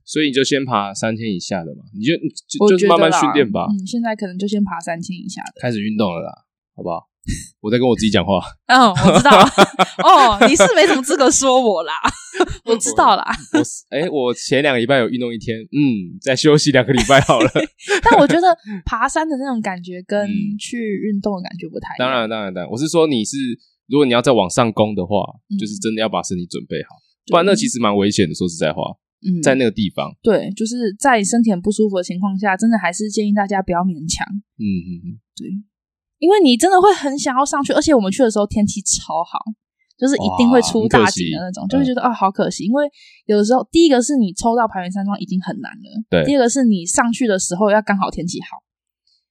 Speaker 1: 所以你就先爬三千以下的嘛，你就你就
Speaker 2: 我
Speaker 1: 就是
Speaker 2: 觉得
Speaker 1: 慢慢
Speaker 2: 啦
Speaker 1: 训练吧，
Speaker 2: 嗯，现在可能就先爬三千以下的。
Speaker 1: 开始运动了啦，好不好？ 我在跟我自己讲话，
Speaker 2: 嗯，我知道。 哦，你是没什么资格说我 啦，我知道啦。
Speaker 1: 我哎，我前两个礼拜有运动一天，嗯，再休息两个礼拜好 了。
Speaker 2: 但我觉得爬山的那种感觉跟
Speaker 1: 嗯
Speaker 2: 去运动的感觉不太一
Speaker 1: 当
Speaker 2: 样。
Speaker 1: 然，当然，当然，我是说你是，如果你要再往上攻的话，
Speaker 2: 嗯
Speaker 1: 就是真的要把身体准备好，不然那其实蛮危险的。说实在话，
Speaker 2: 嗯，
Speaker 1: 在那个地方，
Speaker 2: 对，就是在身体很不舒服的情况下，真的还是建议大家不要勉强，
Speaker 1: 嗯嗯嗯，
Speaker 2: 因为你真的会很想要上去，而且我们去的时候天气超好，就是一定会出大景的那种，
Speaker 1: 哇很可惜
Speaker 2: 就会觉得啊、好可惜，因为有的时候第一个是你抽到排云山庄已经很难了，
Speaker 1: 对
Speaker 2: 第二个是你上去的时候要刚好天气好，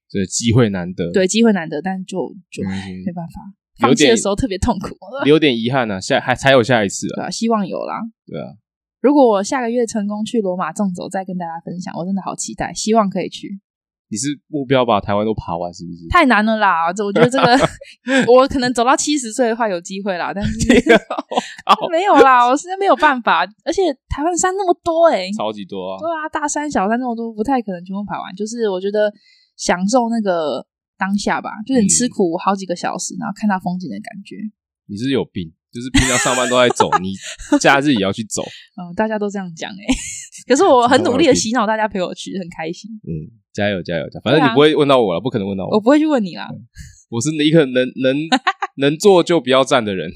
Speaker 1: 所以机会难得，
Speaker 2: 对，机会难得，但就就
Speaker 1: 嗯，
Speaker 2: 没办法，
Speaker 1: 有
Speaker 2: 放弃的
Speaker 1: 点
Speaker 2: 时候特别痛苦，
Speaker 1: 有点遗憾啊，下还才有下一次啊，
Speaker 2: 对啊，希望有啦。
Speaker 1: 对啊，
Speaker 2: 如果我下个月成功去罗马纵走，再跟大家分享，我真的好期待，希望可以去。
Speaker 1: 你是目标把台湾都爬完是不是？
Speaker 2: 太难了啦！这我觉得这个，我可能走到七十岁的话有机会啦，但是
Speaker 1: 啊我靠，
Speaker 2: 没有啦，我实在没有办法。而且台湾山那么多哎、
Speaker 1: 超级多 啊，
Speaker 2: 对啊，大山小山那么多，不太可能全部爬完。就是我觉得享受那个当下吧，就是你吃苦好几个小时，然后看到风景的感觉。
Speaker 1: 你是有病，就是平常上班都在 走，你假日也要去走，
Speaker 2: 嗯，大家都这样讲哎、可是我很努力的洗脑大家陪我去，很开心。
Speaker 1: 嗯，加油加油加油，反正
Speaker 2: 对啊哦
Speaker 1: 你不会问到我了，不可能问到
Speaker 2: 我
Speaker 1: 我，
Speaker 2: 不会去问你啦，
Speaker 1: 我是一个能 能能做就不要站的人。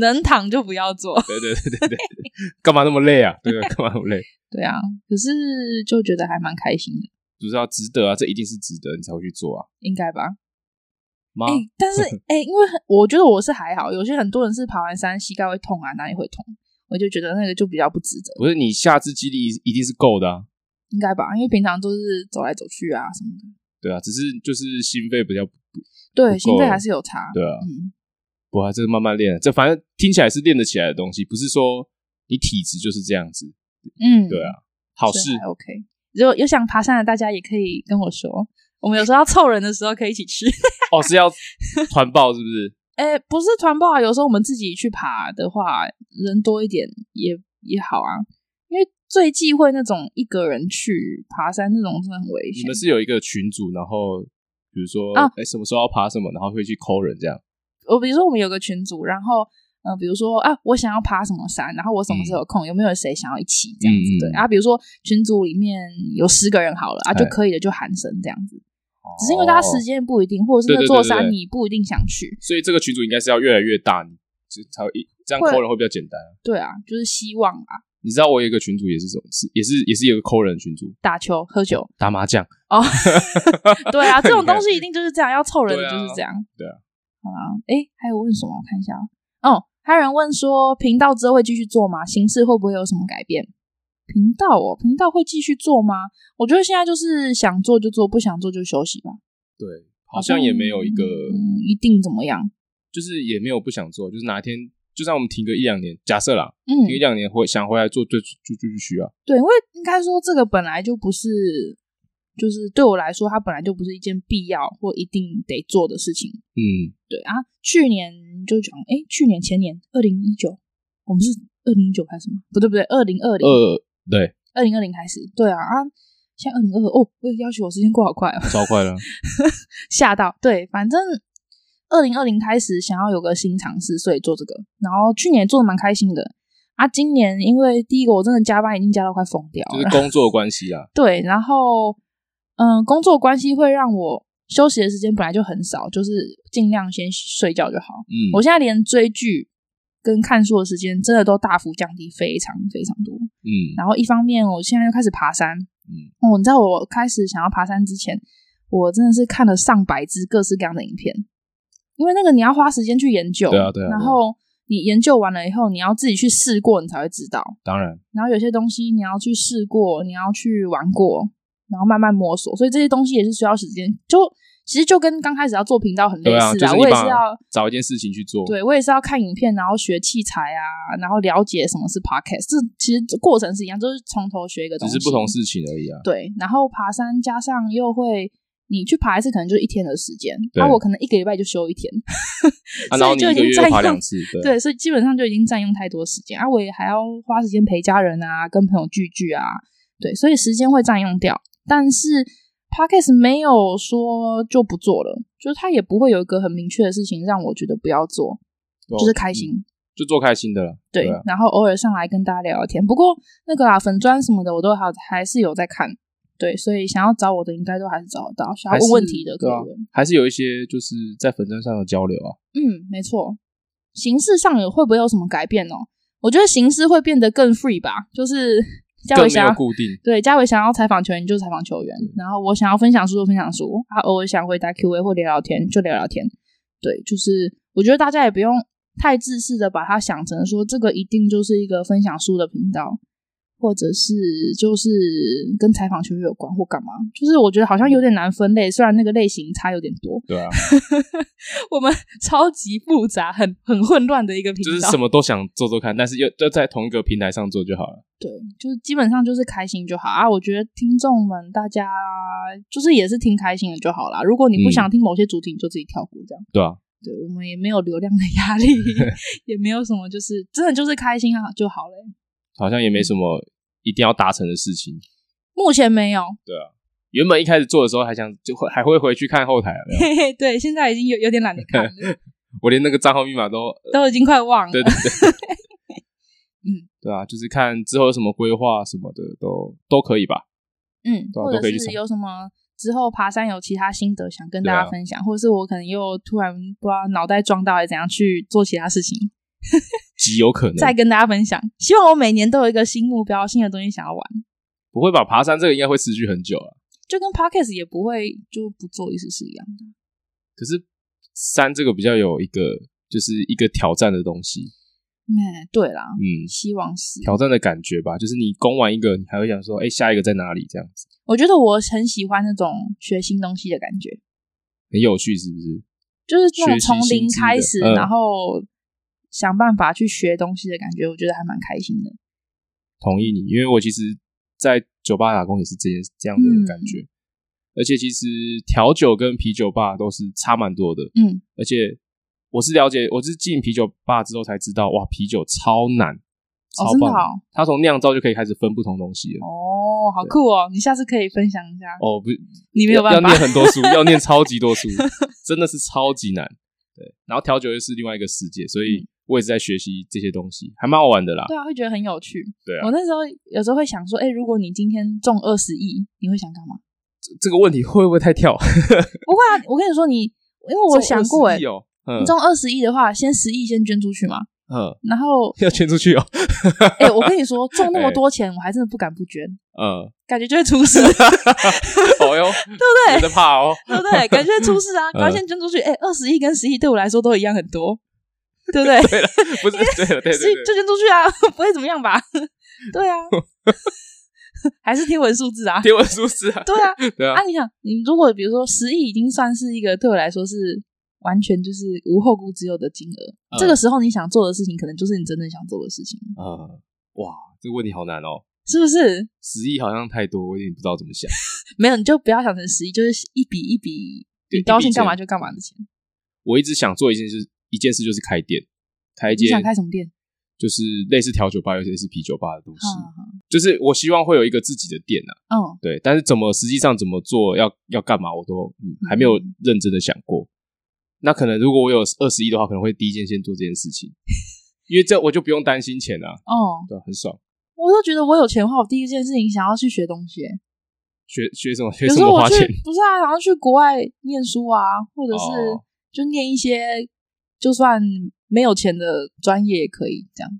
Speaker 2: 能躺就不要做。
Speaker 1: 对对对对对，干嘛那么累啊？对对，干嘛那么累？
Speaker 2: 对啊，可是就觉得还蛮开心的，
Speaker 1: 就是要值得啊，这一定是值得，你才会去做啊。
Speaker 2: 应该吧。
Speaker 1: 妈
Speaker 2: 哎、， 但是哎、因为很我觉得我是还好，有些很多人是爬完山膝盖会痛啊，哪里会痛，我就觉得那个就比较不值得，
Speaker 1: 不是你下次肌力一定是够的啊。
Speaker 2: 应该吧？因为平常都是走来走去啊什么的，
Speaker 1: 对啊，只是就是心肺比较
Speaker 2: 对，
Speaker 1: 不
Speaker 2: 心肺
Speaker 1: 够
Speaker 2: 还是有差，
Speaker 1: 对啊，
Speaker 2: 嗯，
Speaker 1: 不啊，这个慢慢练啊，这反正听起来是练得起来的东西，不是说你体质就是这样子。
Speaker 2: 嗯，
Speaker 1: 对啊，好
Speaker 2: 所以
Speaker 1: 事
Speaker 2: 还 OK。如果有想爬山的，大家也可以跟我说，我们有时候要凑人的时候可以一起去。
Speaker 1: 哦是要团报是不是？
Speaker 2: 哎、不是团报啊，有时候我们自己去爬的话，人多一点也也好啊，因为最忌讳那种一个人去爬山，那种真的很危
Speaker 1: 你
Speaker 2: 险
Speaker 1: 们。是有一个群组，然后比如说
Speaker 2: 啊
Speaker 1: 哎什么时候要爬什么，然后会去抠人这样。
Speaker 2: 我哦比如说我们有个群组，然后呃，比如说啊，我想要爬什么山，然后我什么时候有空，有没有谁想要一起这样子？
Speaker 1: 嗯嗯嗯
Speaker 2: 对啊，比如说群组里面有十个人好了啊，
Speaker 1: 哎
Speaker 2: 就可以的就喊声这样子。只是因为大家时
Speaker 1: 哦，
Speaker 2: 间不一定，或者是那
Speaker 1: 对对对
Speaker 2: 座
Speaker 1: 对
Speaker 2: 山
Speaker 1: 对
Speaker 2: 你不一定想去，
Speaker 1: 所以这个群组应该是要越来越大，你就才会一这样
Speaker 2: 会
Speaker 1: 抠人会比较简单啊。
Speaker 2: 对啊，就是希望啊，
Speaker 1: 你知道我有一个群主也是什么，是也是也是有个抠人的群主
Speaker 2: 打球、喝酒
Speaker 1: 打麻将，
Speaker 2: 哦， 对啊，这种东西一定就是这样，要凑人的就是这样，
Speaker 1: 对啊对啊
Speaker 2: 好啊，诶，还有问什么？我看一下哦，哦，还有人问说，频道之后会继续做吗？形式会不会有什么改变？频道哦，频道会继续做吗？我觉得现在就是想做就做，不想做就休息吧。
Speaker 1: 对，好像也没有一个，
Speaker 2: 嗯一定怎么样，
Speaker 1: 就是也没有不想做，就是哪一天就算我们停个一两年，假设啦，
Speaker 2: 嗯
Speaker 1: 停一两年回想回来做，就就就啊就需要。
Speaker 2: 对，因为应该说这个本来就不是，就是对我来说，它本来就不是一件必要或一定得做的事情。
Speaker 1: 嗯，
Speaker 2: 对啊，去年就讲，哎，去年前年二零一九，我们是二零一九开始吗？不对不对，二零二零，
Speaker 1: 二对，
Speaker 2: 二零二零开始。对啊啊，现在二零二哦，我也要求我时间过好快哦，
Speaker 1: 超快了，
Speaker 2: 吓到。对，反正二零二零开始想要有个新尝试，所以做这个。然后去年做的蛮开心的。啊，今年因为第一个我真的加班已经加到快疯掉
Speaker 1: 就
Speaker 2: 了
Speaker 1: 是，工作关系啦。
Speaker 2: 对，然后嗯，工作关系会让我休息的时间本来就很少，就是尽量先睡觉就好。
Speaker 1: 嗯，
Speaker 2: 我现在连追剧跟看书的时间真的都大幅降低，非常非常多。
Speaker 1: 嗯，
Speaker 2: 然后一方面，我现在又开始爬山。
Speaker 1: 嗯，
Speaker 2: 哦，你知道我开始想要爬山之前，我真的是看了上百支各式各样的影片，因为那个你要花时间去研究，
Speaker 1: 对啊对啊对啊
Speaker 2: 然后你研究完了以后，你要自己去试过，你才会知道。
Speaker 1: 当然，
Speaker 2: 然后有些东西你要去试过，你要去玩过，然后慢慢摸索，所以这些东西也是需要时间。就其实就跟刚开始要做频道很类
Speaker 1: 对
Speaker 2: 似
Speaker 1: 啊，就是
Speaker 2: 我
Speaker 1: 你
Speaker 2: 也
Speaker 1: 把
Speaker 2: 是要，
Speaker 1: 找一件事情去做。
Speaker 2: 对我也是要看影片，然后学器材啊，然后了解什么是 podcast。这其实过程是一样，就是从头学一个东
Speaker 1: 只
Speaker 2: 西，
Speaker 1: 是不同事情而已 啊。
Speaker 2: 对，然后爬山加上又会。你去爬一次可能就是一天的时间，
Speaker 1: 对
Speaker 2: 那、我可能一个礼拜就休一天，
Speaker 1: 啊，然
Speaker 2: 所
Speaker 1: 后
Speaker 2: 以
Speaker 1: 你
Speaker 2: 就已
Speaker 1: 一个
Speaker 2: 经
Speaker 1: 月
Speaker 2: 占
Speaker 1: 爬
Speaker 2: 用
Speaker 1: 两次，对，
Speaker 2: 对，所以基本上就已经占用太多时间啊！我也还要花时间陪家人啊，跟朋友聚聚啊，对，所以时间会占用掉。但是 podcast 没有说就不做了，就是它也不会有一个很明确的事情让我觉得不要做，
Speaker 1: 就
Speaker 2: 就是开心。
Speaker 1: 哦就做开心的了。
Speaker 2: 对，
Speaker 1: 对啊
Speaker 2: 然后偶尔上来跟大家聊聊天。不过那个啊，粉砖什么的，我都还还是有在看。对，所以想要找我的，应该都还是找得到。想要
Speaker 1: 还
Speaker 2: 问
Speaker 1: 是
Speaker 2: 问题的可
Speaker 1: 对
Speaker 2: 以
Speaker 1: 啊
Speaker 2: 问。
Speaker 1: 还是有一些就是在粉砖上的交流啊。
Speaker 2: 嗯，没错。形式上有会不会有什么改变哦？我觉得形式会变得更 free 吧，就是嘉
Speaker 1: 更
Speaker 2: 伟
Speaker 1: 没
Speaker 2: 想
Speaker 1: 有
Speaker 2: 要
Speaker 1: 固定，
Speaker 2: 对嘉伟想要采访球员就采访球员，
Speaker 1: 嗯
Speaker 2: 然后我想要分享书就分享书，啊，偶尔想回答 Q&A 或聊聊天就聊聊天。对，就是我觉得大家也不用太自私的把它想成说这个一定就是一个分享书的频道，或者是就是跟采访球员有关或干嘛，就是我觉得好像有点难分类，虽然那个类型差有点多。
Speaker 1: 对啊，
Speaker 2: 我们超级复杂、很很混乱的一个频
Speaker 1: 就
Speaker 2: 道，
Speaker 1: 是什么都想做做看，但是又就在同一个平台上做就好了。
Speaker 2: 对，就是基本上就是开心就好啊。我觉得听众们大家就是也是听开心的就好啦。如果你不
Speaker 1: 嗯
Speaker 2: 想听某些主题，你就自己跳过这样。
Speaker 1: 对啊，
Speaker 2: 对我们也没有流量的 压力，也没有什么，就是真的就是开心啊就好了。
Speaker 1: 好像也
Speaker 2: 嗯
Speaker 1: 没什么一定要达成的事情。
Speaker 2: 目前没有，
Speaker 1: 原本一开始做的时候还想就会还会回去看后台有没有，
Speaker 2: 嘿嘿， 对，现在已经有有点懒得 看了，
Speaker 1: 我连那个账号密码都
Speaker 2: 都已经快忘了。
Speaker 1: 对对对，
Speaker 2: 嗯，
Speaker 1: 对啊，就是看之后有什么规划什么的都都可以吧。
Speaker 2: 嗯，
Speaker 1: 对啊
Speaker 2: 或
Speaker 1: 都
Speaker 2: 者
Speaker 1: 可以去
Speaker 2: 是
Speaker 1: 查
Speaker 2: 有什么之后爬山有其他心得想跟
Speaker 1: 对
Speaker 2: 大
Speaker 1: 啊
Speaker 2: 家分享，或者是我可能又突然不知道脑袋撞到还是怎样去做其他事情，
Speaker 1: 极有可能
Speaker 2: 再跟大家分享。希望我每年都有一个新目标、新的东西想要玩，
Speaker 1: 不会吧？爬山这个应该会持续很久啊。
Speaker 2: 就跟 podcast 也不会就不做意思是一样的。
Speaker 1: 可是山这个比较有一个就是一个挑战的东西，
Speaker 2: 嗯，对啦，
Speaker 1: 嗯，
Speaker 2: 希望是。
Speaker 1: 挑战的感觉吧，就是你攻完一个，你还会想说，哎、下一个在哪里？这样子
Speaker 2: 我觉得我很喜欢那种学新东西的感觉，
Speaker 1: 很有趣，是不是？
Speaker 2: 就是那种
Speaker 1: 学习
Speaker 2: 从
Speaker 1: 新
Speaker 2: 零
Speaker 1: 知
Speaker 2: 开
Speaker 1: 的
Speaker 2: 始，
Speaker 1: 嗯
Speaker 2: 然后想办法去学东西的感觉，我觉得还蛮开心的。
Speaker 1: 同意你，因为我其实，在酒吧打工也是这件这样
Speaker 2: 嗯
Speaker 1: 的感觉，而且其实调酒跟啤酒吧都是差蛮多的，
Speaker 2: 嗯，
Speaker 1: 而且我是了解，我是进啤酒吧之后才知道，哇，啤酒超难，超
Speaker 2: 哦，真的
Speaker 1: 棒，
Speaker 2: 哦，
Speaker 1: 它从酿造就可以开始分不同东西了。
Speaker 2: 哦，好酷哦！你下次可以分享一下，
Speaker 1: 哦，不，
Speaker 2: 你没
Speaker 1: 要
Speaker 2: 有办
Speaker 1: 要
Speaker 2: 法
Speaker 1: 念很多书，要念超级多书，真的是超级难。对，然后调酒又是另外一个世界，所
Speaker 2: 嗯
Speaker 1: 以我也是在学习这些东西，还蛮好玩的啦。
Speaker 2: 对啊，会觉得很有趣。
Speaker 1: 对啊
Speaker 2: 我，那时候有时候会想说，哎、如果你今天中二十亿，你会想干嘛？
Speaker 1: 这个问题会不会太跳？
Speaker 2: 不会啊，我跟你说你，因为我想过、
Speaker 1: 中二
Speaker 2: 哎、
Speaker 1: 十一哦，嗯
Speaker 2: 你中二十亿的话，先十亿先捐出去嘛。
Speaker 1: 嗯，
Speaker 2: 然后，
Speaker 1: 要捐出去哦，
Speaker 2: 哎、我跟你说，中那么多钱，我还真的不敢不捐，
Speaker 1: 嗯，
Speaker 2: 感觉就会出事，
Speaker 1: 哦哟，
Speaker 2: 对
Speaker 1: 有在怕 哦，
Speaker 2: 对不对？感觉就会 出事啊，赶快先捐出去。哎、二十亿跟十亿对我来说都一样很多，对不对？
Speaker 1: 对了，不是，对了，对对
Speaker 2: 所以
Speaker 1: 对，
Speaker 2: 就捐出去啊，不会怎么样吧？对啊， 还是天文数字啊？
Speaker 1: 天文数字啊，
Speaker 2: 对啊，
Speaker 1: 对啊
Speaker 2: 啊，，你想，你如果比如说十亿已经算是一个对我来说是完全就是无后顾之忧的金额，
Speaker 1: 嗯
Speaker 2: 这个时候你想做的事情，可能就是你真正想做的事情，
Speaker 1: 呃，哇，这个问题好难哦，
Speaker 2: 是不是？
Speaker 1: 十亿好像太多，我有点不知道怎么想。
Speaker 2: 没有，你就不要想成十亿，就是一笔一笔，
Speaker 1: 对
Speaker 2: 你高兴
Speaker 1: 一笔钱
Speaker 2: 干嘛就干嘛的钱。
Speaker 1: 我一直想做一件事，一件事就是开店，开一
Speaker 2: 你
Speaker 1: 间
Speaker 2: 想开什么店？
Speaker 1: 就是类似调酒吧，有些是啤酒吧的东西，
Speaker 2: 哈哈
Speaker 1: 就是我希望会有一个自己的店啊。
Speaker 2: 嗯，
Speaker 1: 对，但是怎么实际上怎么做，要要干嘛，我都、嗯、还没有认真的想过。那可能如果我有二十亿的话，可能会第一件先做这件事情，因为这我就不用担心钱啊，
Speaker 2: 哦，
Speaker 1: 对，很爽。
Speaker 2: 我都觉得我有钱的话，我第一件事情想要去学东西。欸
Speaker 1: 学学什么学
Speaker 2: 有
Speaker 1: 什
Speaker 2: 时候
Speaker 1: 么
Speaker 2: 我
Speaker 1: 花
Speaker 2: 去
Speaker 1: 钱，
Speaker 2: 不是啊，想要去国外念书啊，或者是
Speaker 1: 哦
Speaker 2: 就念一些就算没有钱的专业也可以，这样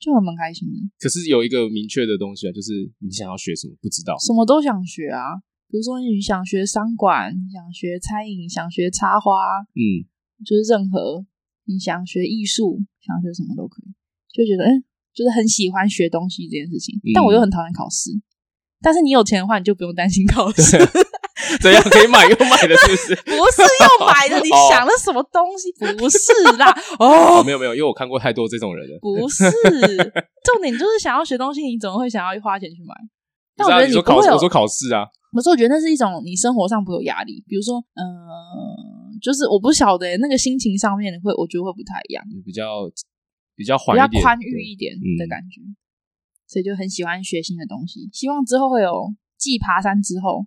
Speaker 2: 就还蛮开心的。
Speaker 1: 可是有一个明确的东西啊，就是你想要学什么不知道。
Speaker 2: 什么都想学啊，比如说你想学商管，你想学餐饮，想学插花，
Speaker 1: 嗯，
Speaker 2: 就是任何你想学艺术，想学什么都可以，就觉得嗯，就是很喜欢学东西这件事情。
Speaker 1: 嗯
Speaker 2: 但我又很讨厌考试，但是你有钱的话，你就不用担心考 试，
Speaker 1: 怎样可以买又买的，是不是？
Speaker 2: 不是要买的，你
Speaker 1: 哦
Speaker 2: 想了什么东西？不是啦， 哦
Speaker 1: 哦，，没有没有，因为我看过太多这种人了。
Speaker 2: 不 是，重点就是想要学东西，你怎么会想要花钱去买？但我
Speaker 1: 不是
Speaker 2: 觉
Speaker 1: 啊
Speaker 2: 得
Speaker 1: 你
Speaker 2: 你
Speaker 1: 说
Speaker 2: 不
Speaker 1: 考
Speaker 2: 会
Speaker 1: 试，
Speaker 2: 有
Speaker 1: 我说考试啊，
Speaker 2: 可是我觉得那是一种你生活上不会有压力，比如说，呃，就是我不晓得、那个心情上面你会，我觉得会不太一样，
Speaker 1: 你比较比较
Speaker 2: 比
Speaker 1: 缓
Speaker 2: 较
Speaker 1: 一点，
Speaker 2: 宽裕一点
Speaker 1: 嗯
Speaker 2: 的感觉，所以就很喜欢学新的东西。希望之后会有继爬山之后，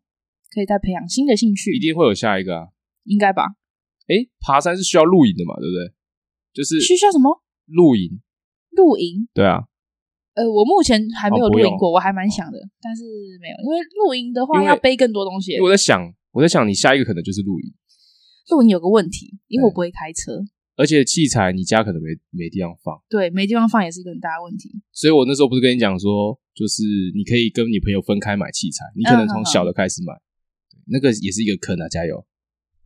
Speaker 2: 可以再培养新的兴趣
Speaker 1: 对，一定会有下一个啊。
Speaker 2: 应该吧？
Speaker 1: 诶，爬山是需要露营的嘛，对不对？就是
Speaker 2: 需要什么
Speaker 1: 露营，
Speaker 2: 露营？
Speaker 1: 对啊，
Speaker 2: 呃，我目前还没有
Speaker 1: 哦不
Speaker 2: 露
Speaker 1: 用
Speaker 2: 营过，我还蛮想的，但是没有，因为露营的话
Speaker 1: 因为
Speaker 2: 要背更多东西
Speaker 1: 因为。我在想，我在想你下一个可能就是露营，
Speaker 2: 露营有个问题，因为我
Speaker 1: 对
Speaker 2: 不会开车，
Speaker 1: 而且器材你家可能没没地方放，
Speaker 2: 对，没地方放也是一个很大的问题。
Speaker 1: 所以我那时候不是跟你讲说，就是你可以跟你朋友分开买器材，你可
Speaker 2: 嗯
Speaker 1: 能从小的开始买，那个也是一个坑啊，加油！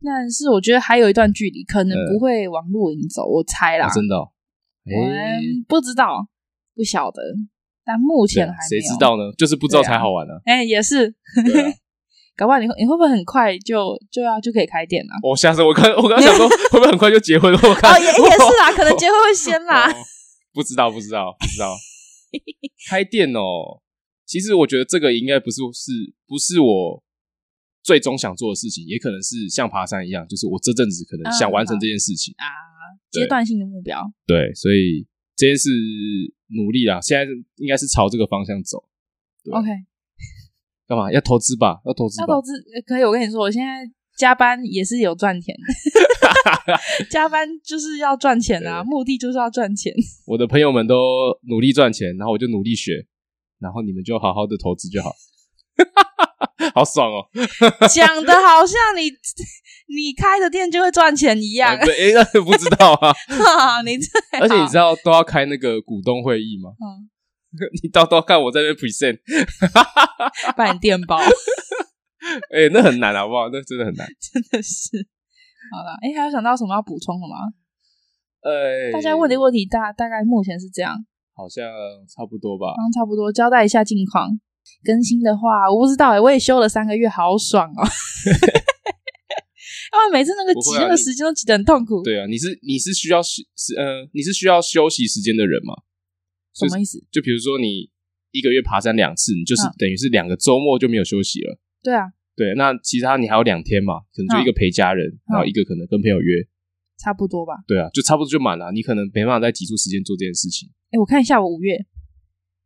Speaker 2: 但是我觉得还有一段距离，可能
Speaker 1: 嗯
Speaker 2: 不会往露营走，我猜啦
Speaker 1: 啊，，真的、哦，诶啊
Speaker 2: 我们不知道，不晓得，但目前还
Speaker 1: 对
Speaker 2: 没
Speaker 1: 谁
Speaker 2: 有。
Speaker 1: 知？道呢？就是不知道
Speaker 2: 对啊
Speaker 1: 才好玩呢、啊。
Speaker 2: 哎、也是，
Speaker 1: 对 啊
Speaker 2: 搞不好你会你会不会很快就就要就可以开店了？
Speaker 1: 哦我下次我刚我刚 想说会不会很快就结婚了？我 看
Speaker 2: 哦，也也是啦， 可能结婚会先啦。
Speaker 1: 哦不知道，不知道，不知道。开店哦，其实我觉得这个应该不是是不是我最终想做的事情，也可能是像爬山一样，就是我这阵子
Speaker 2: 嗯
Speaker 1: 可能想完成这件事情。
Speaker 2: 啊，
Speaker 1: 对
Speaker 2: 阶段性的目标，
Speaker 1: 对，所以这件事努力啦，现在应该是朝这个方向走。对
Speaker 2: OK，
Speaker 1: 干嘛要投资吧？要投资
Speaker 2: 那
Speaker 1: 吧
Speaker 2: 投？资呃可以。我跟你说，我现在加班也是有赚钱， 加班就是要赚钱啊，
Speaker 1: 对
Speaker 2: 目的就是要赚钱。
Speaker 1: 我的朋友们都努力赚钱，然后我就努力学，然后你们就好好的投资就好。 好爽哦！
Speaker 2: 讲的好像你 你开的店就会赚钱一样
Speaker 1: 哎、，诶那不知道啊。
Speaker 2: 哈， 你这
Speaker 1: 而且你知道都要开那个股东会议吗？
Speaker 2: 嗯
Speaker 1: 你到到看我在那边 present，
Speaker 2: 把你电包，
Speaker 1: 哎、那很难好不好？那真的很难。
Speaker 2: 真的是。好了，哎、还有想到什么要补充的吗？
Speaker 1: 呃、
Speaker 2: 大家问的问题大大概目前是这样，
Speaker 1: 好像差不多吧。
Speaker 2: 刚刚差不多交代一下近况。更新的话，我不知道哎、我也休了三个月，好爽哦、 因为每次那个
Speaker 1: 不
Speaker 2: 挤
Speaker 1: 会啊
Speaker 2: 那个
Speaker 1: 你
Speaker 2: 时间都挤得很痛苦，
Speaker 1: 对啊，你是你是需要是是呃，你是需要休息时间的人吗？
Speaker 2: 什么意思？
Speaker 1: 就比如说你一个月爬山两次，你就是
Speaker 2: 嗯
Speaker 1: 等于是两个周末就没有休息了。
Speaker 2: 对啊，
Speaker 1: 对，那其他你还有两天嘛，可能
Speaker 2: 嗯
Speaker 1: 就一个陪家人，然后一个可能跟朋友约。
Speaker 2: 差不多吧。
Speaker 1: 对啊，就差不多就满了。你可能没办法再挤出时间做这件事情。
Speaker 2: 哎、我看一下我五月，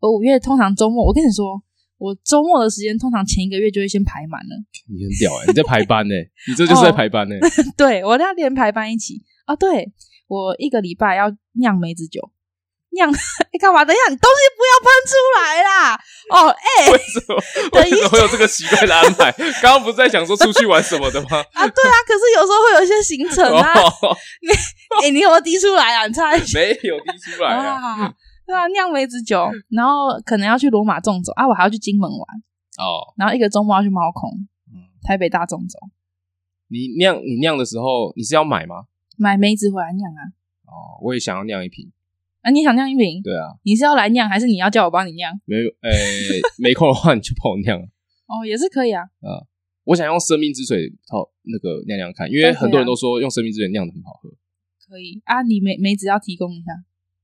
Speaker 2: 我五月通常周末，我跟你说，我周末的时间通常前一个月就会先排满了。
Speaker 1: 你很屌哎、你在排班呢、你这
Speaker 2: 哦
Speaker 1: 就是在排班呢、欸
Speaker 2: 对我那连排班一起啊、对我一个礼拜要酿梅子酒，酿 哎干、嘛？等一下，你东西不要喷出来啦！哦，哎、
Speaker 1: 为什么
Speaker 2: 等
Speaker 1: 为
Speaker 2: 一
Speaker 1: 什么会有这个奇怪的安 排？刚刚不是在想说出去玩什么的吗？
Speaker 2: 啊，对啊，可是有时候会有一些行程啊，哎、
Speaker 1: 哦，
Speaker 2: 你有没有滴出来啊？你差一点
Speaker 1: 没有滴出来啊！
Speaker 2: 啊！对啊，酿梅子酒，然后可能要去罗马纵走啊，我还要去金门玩，
Speaker 1: 哦，
Speaker 2: 然后一个周末要去猫空
Speaker 1: 嗯，
Speaker 2: 台北大纵走，
Speaker 1: 你酿你酿的时候，你是要买吗？
Speaker 2: 买梅子回来酿啊。
Speaker 1: 哦，我也想要酿一瓶。
Speaker 2: 啊，你想酿一瓶？
Speaker 1: 对啊，
Speaker 2: 你是要来酿，还是你要叫我帮你酿？
Speaker 1: 没有，诶、 没空的话你就帮我酿啊。
Speaker 2: 哦，也是可以啊。
Speaker 1: 我想用生命之水泡那个酿酿看，因
Speaker 2: 都
Speaker 1: 为
Speaker 2: 可以啊
Speaker 1: 很多人都说用生命之水酿的很好喝。
Speaker 2: 可以啊，你梅梅子要提供一下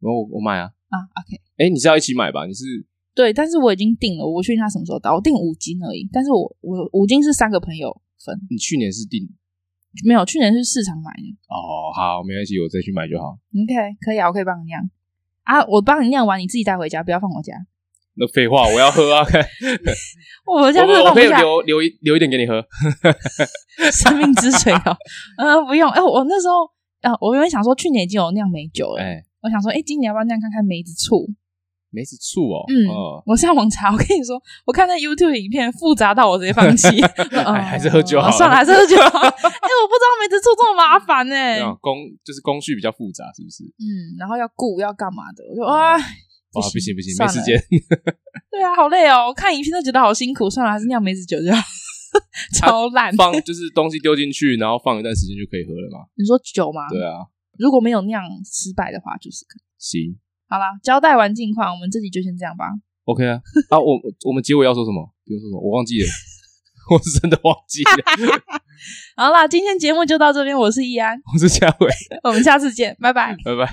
Speaker 1: 然后我我买啊，
Speaker 2: 啊，OK。
Speaker 1: 哎、你是要一起买吧？你是
Speaker 2: 对，但是我已经定了，我不确定他什么时候到，我定五斤而已。但是我我五斤是三个朋友分，
Speaker 1: 你去年是订
Speaker 2: 没有，去年是市场买的。
Speaker 1: 哦，好，没关系，我再去买就好。
Speaker 2: OK，可以啊，我可以帮你酿啊，我帮你酿完，你自己带回家，不要放我家，
Speaker 1: 那废话，我要喝啊！ 看
Speaker 2: 我家真
Speaker 1: 我
Speaker 2: 的
Speaker 1: 我
Speaker 2: 放不
Speaker 1: 可以
Speaker 2: 下。
Speaker 1: 留留一留一点给你喝。
Speaker 2: 生命之水哦， 呃，不用，哎、我那时候呃，我原本想说去年已经有酿美酒了，
Speaker 1: 哎、
Speaker 2: 我想说，哎、今年要不要酿看看梅子醋？
Speaker 1: 梅子醋哦，
Speaker 2: 嗯
Speaker 1: 哦
Speaker 2: 我上网查，我跟你说，我看那 YouTube 影片复杂到我直接放弃，呃
Speaker 1: 还是喝酒好了
Speaker 2: 算了，还是喝酒好了。哎、我不知道梅子醋这么麻烦呢、
Speaker 1: 那种工就是工序比较复杂，是不是？
Speaker 2: 嗯，然后要顾要干嘛的，我就啊，
Speaker 1: 啊，不行不行，
Speaker 2: 算
Speaker 1: 没
Speaker 2: 了
Speaker 1: 时间。
Speaker 2: 对啊，好累哦，我看影片都觉得好辛苦，算了，还是酿梅子酒就好， 超烂。
Speaker 1: 放就是东西丢进去，然后放一段时间就可以喝了嘛。
Speaker 2: 你说酒吗？
Speaker 1: 对啊，
Speaker 2: 如果没有酿失败的话，就是可以。
Speaker 1: 行
Speaker 2: 好啦，交代完近况，我们这集就先这样吧。
Speaker 1: ，OK 啊啊，我我们结尾要说什么？不用说什么，我忘记了， 我是真的忘记了。
Speaker 2: 好啦，今天节目就到这边，我是易安，
Speaker 1: 我是嘉伟，
Speaker 2: 我们下次见，拜拜。
Speaker 1: 拜拜。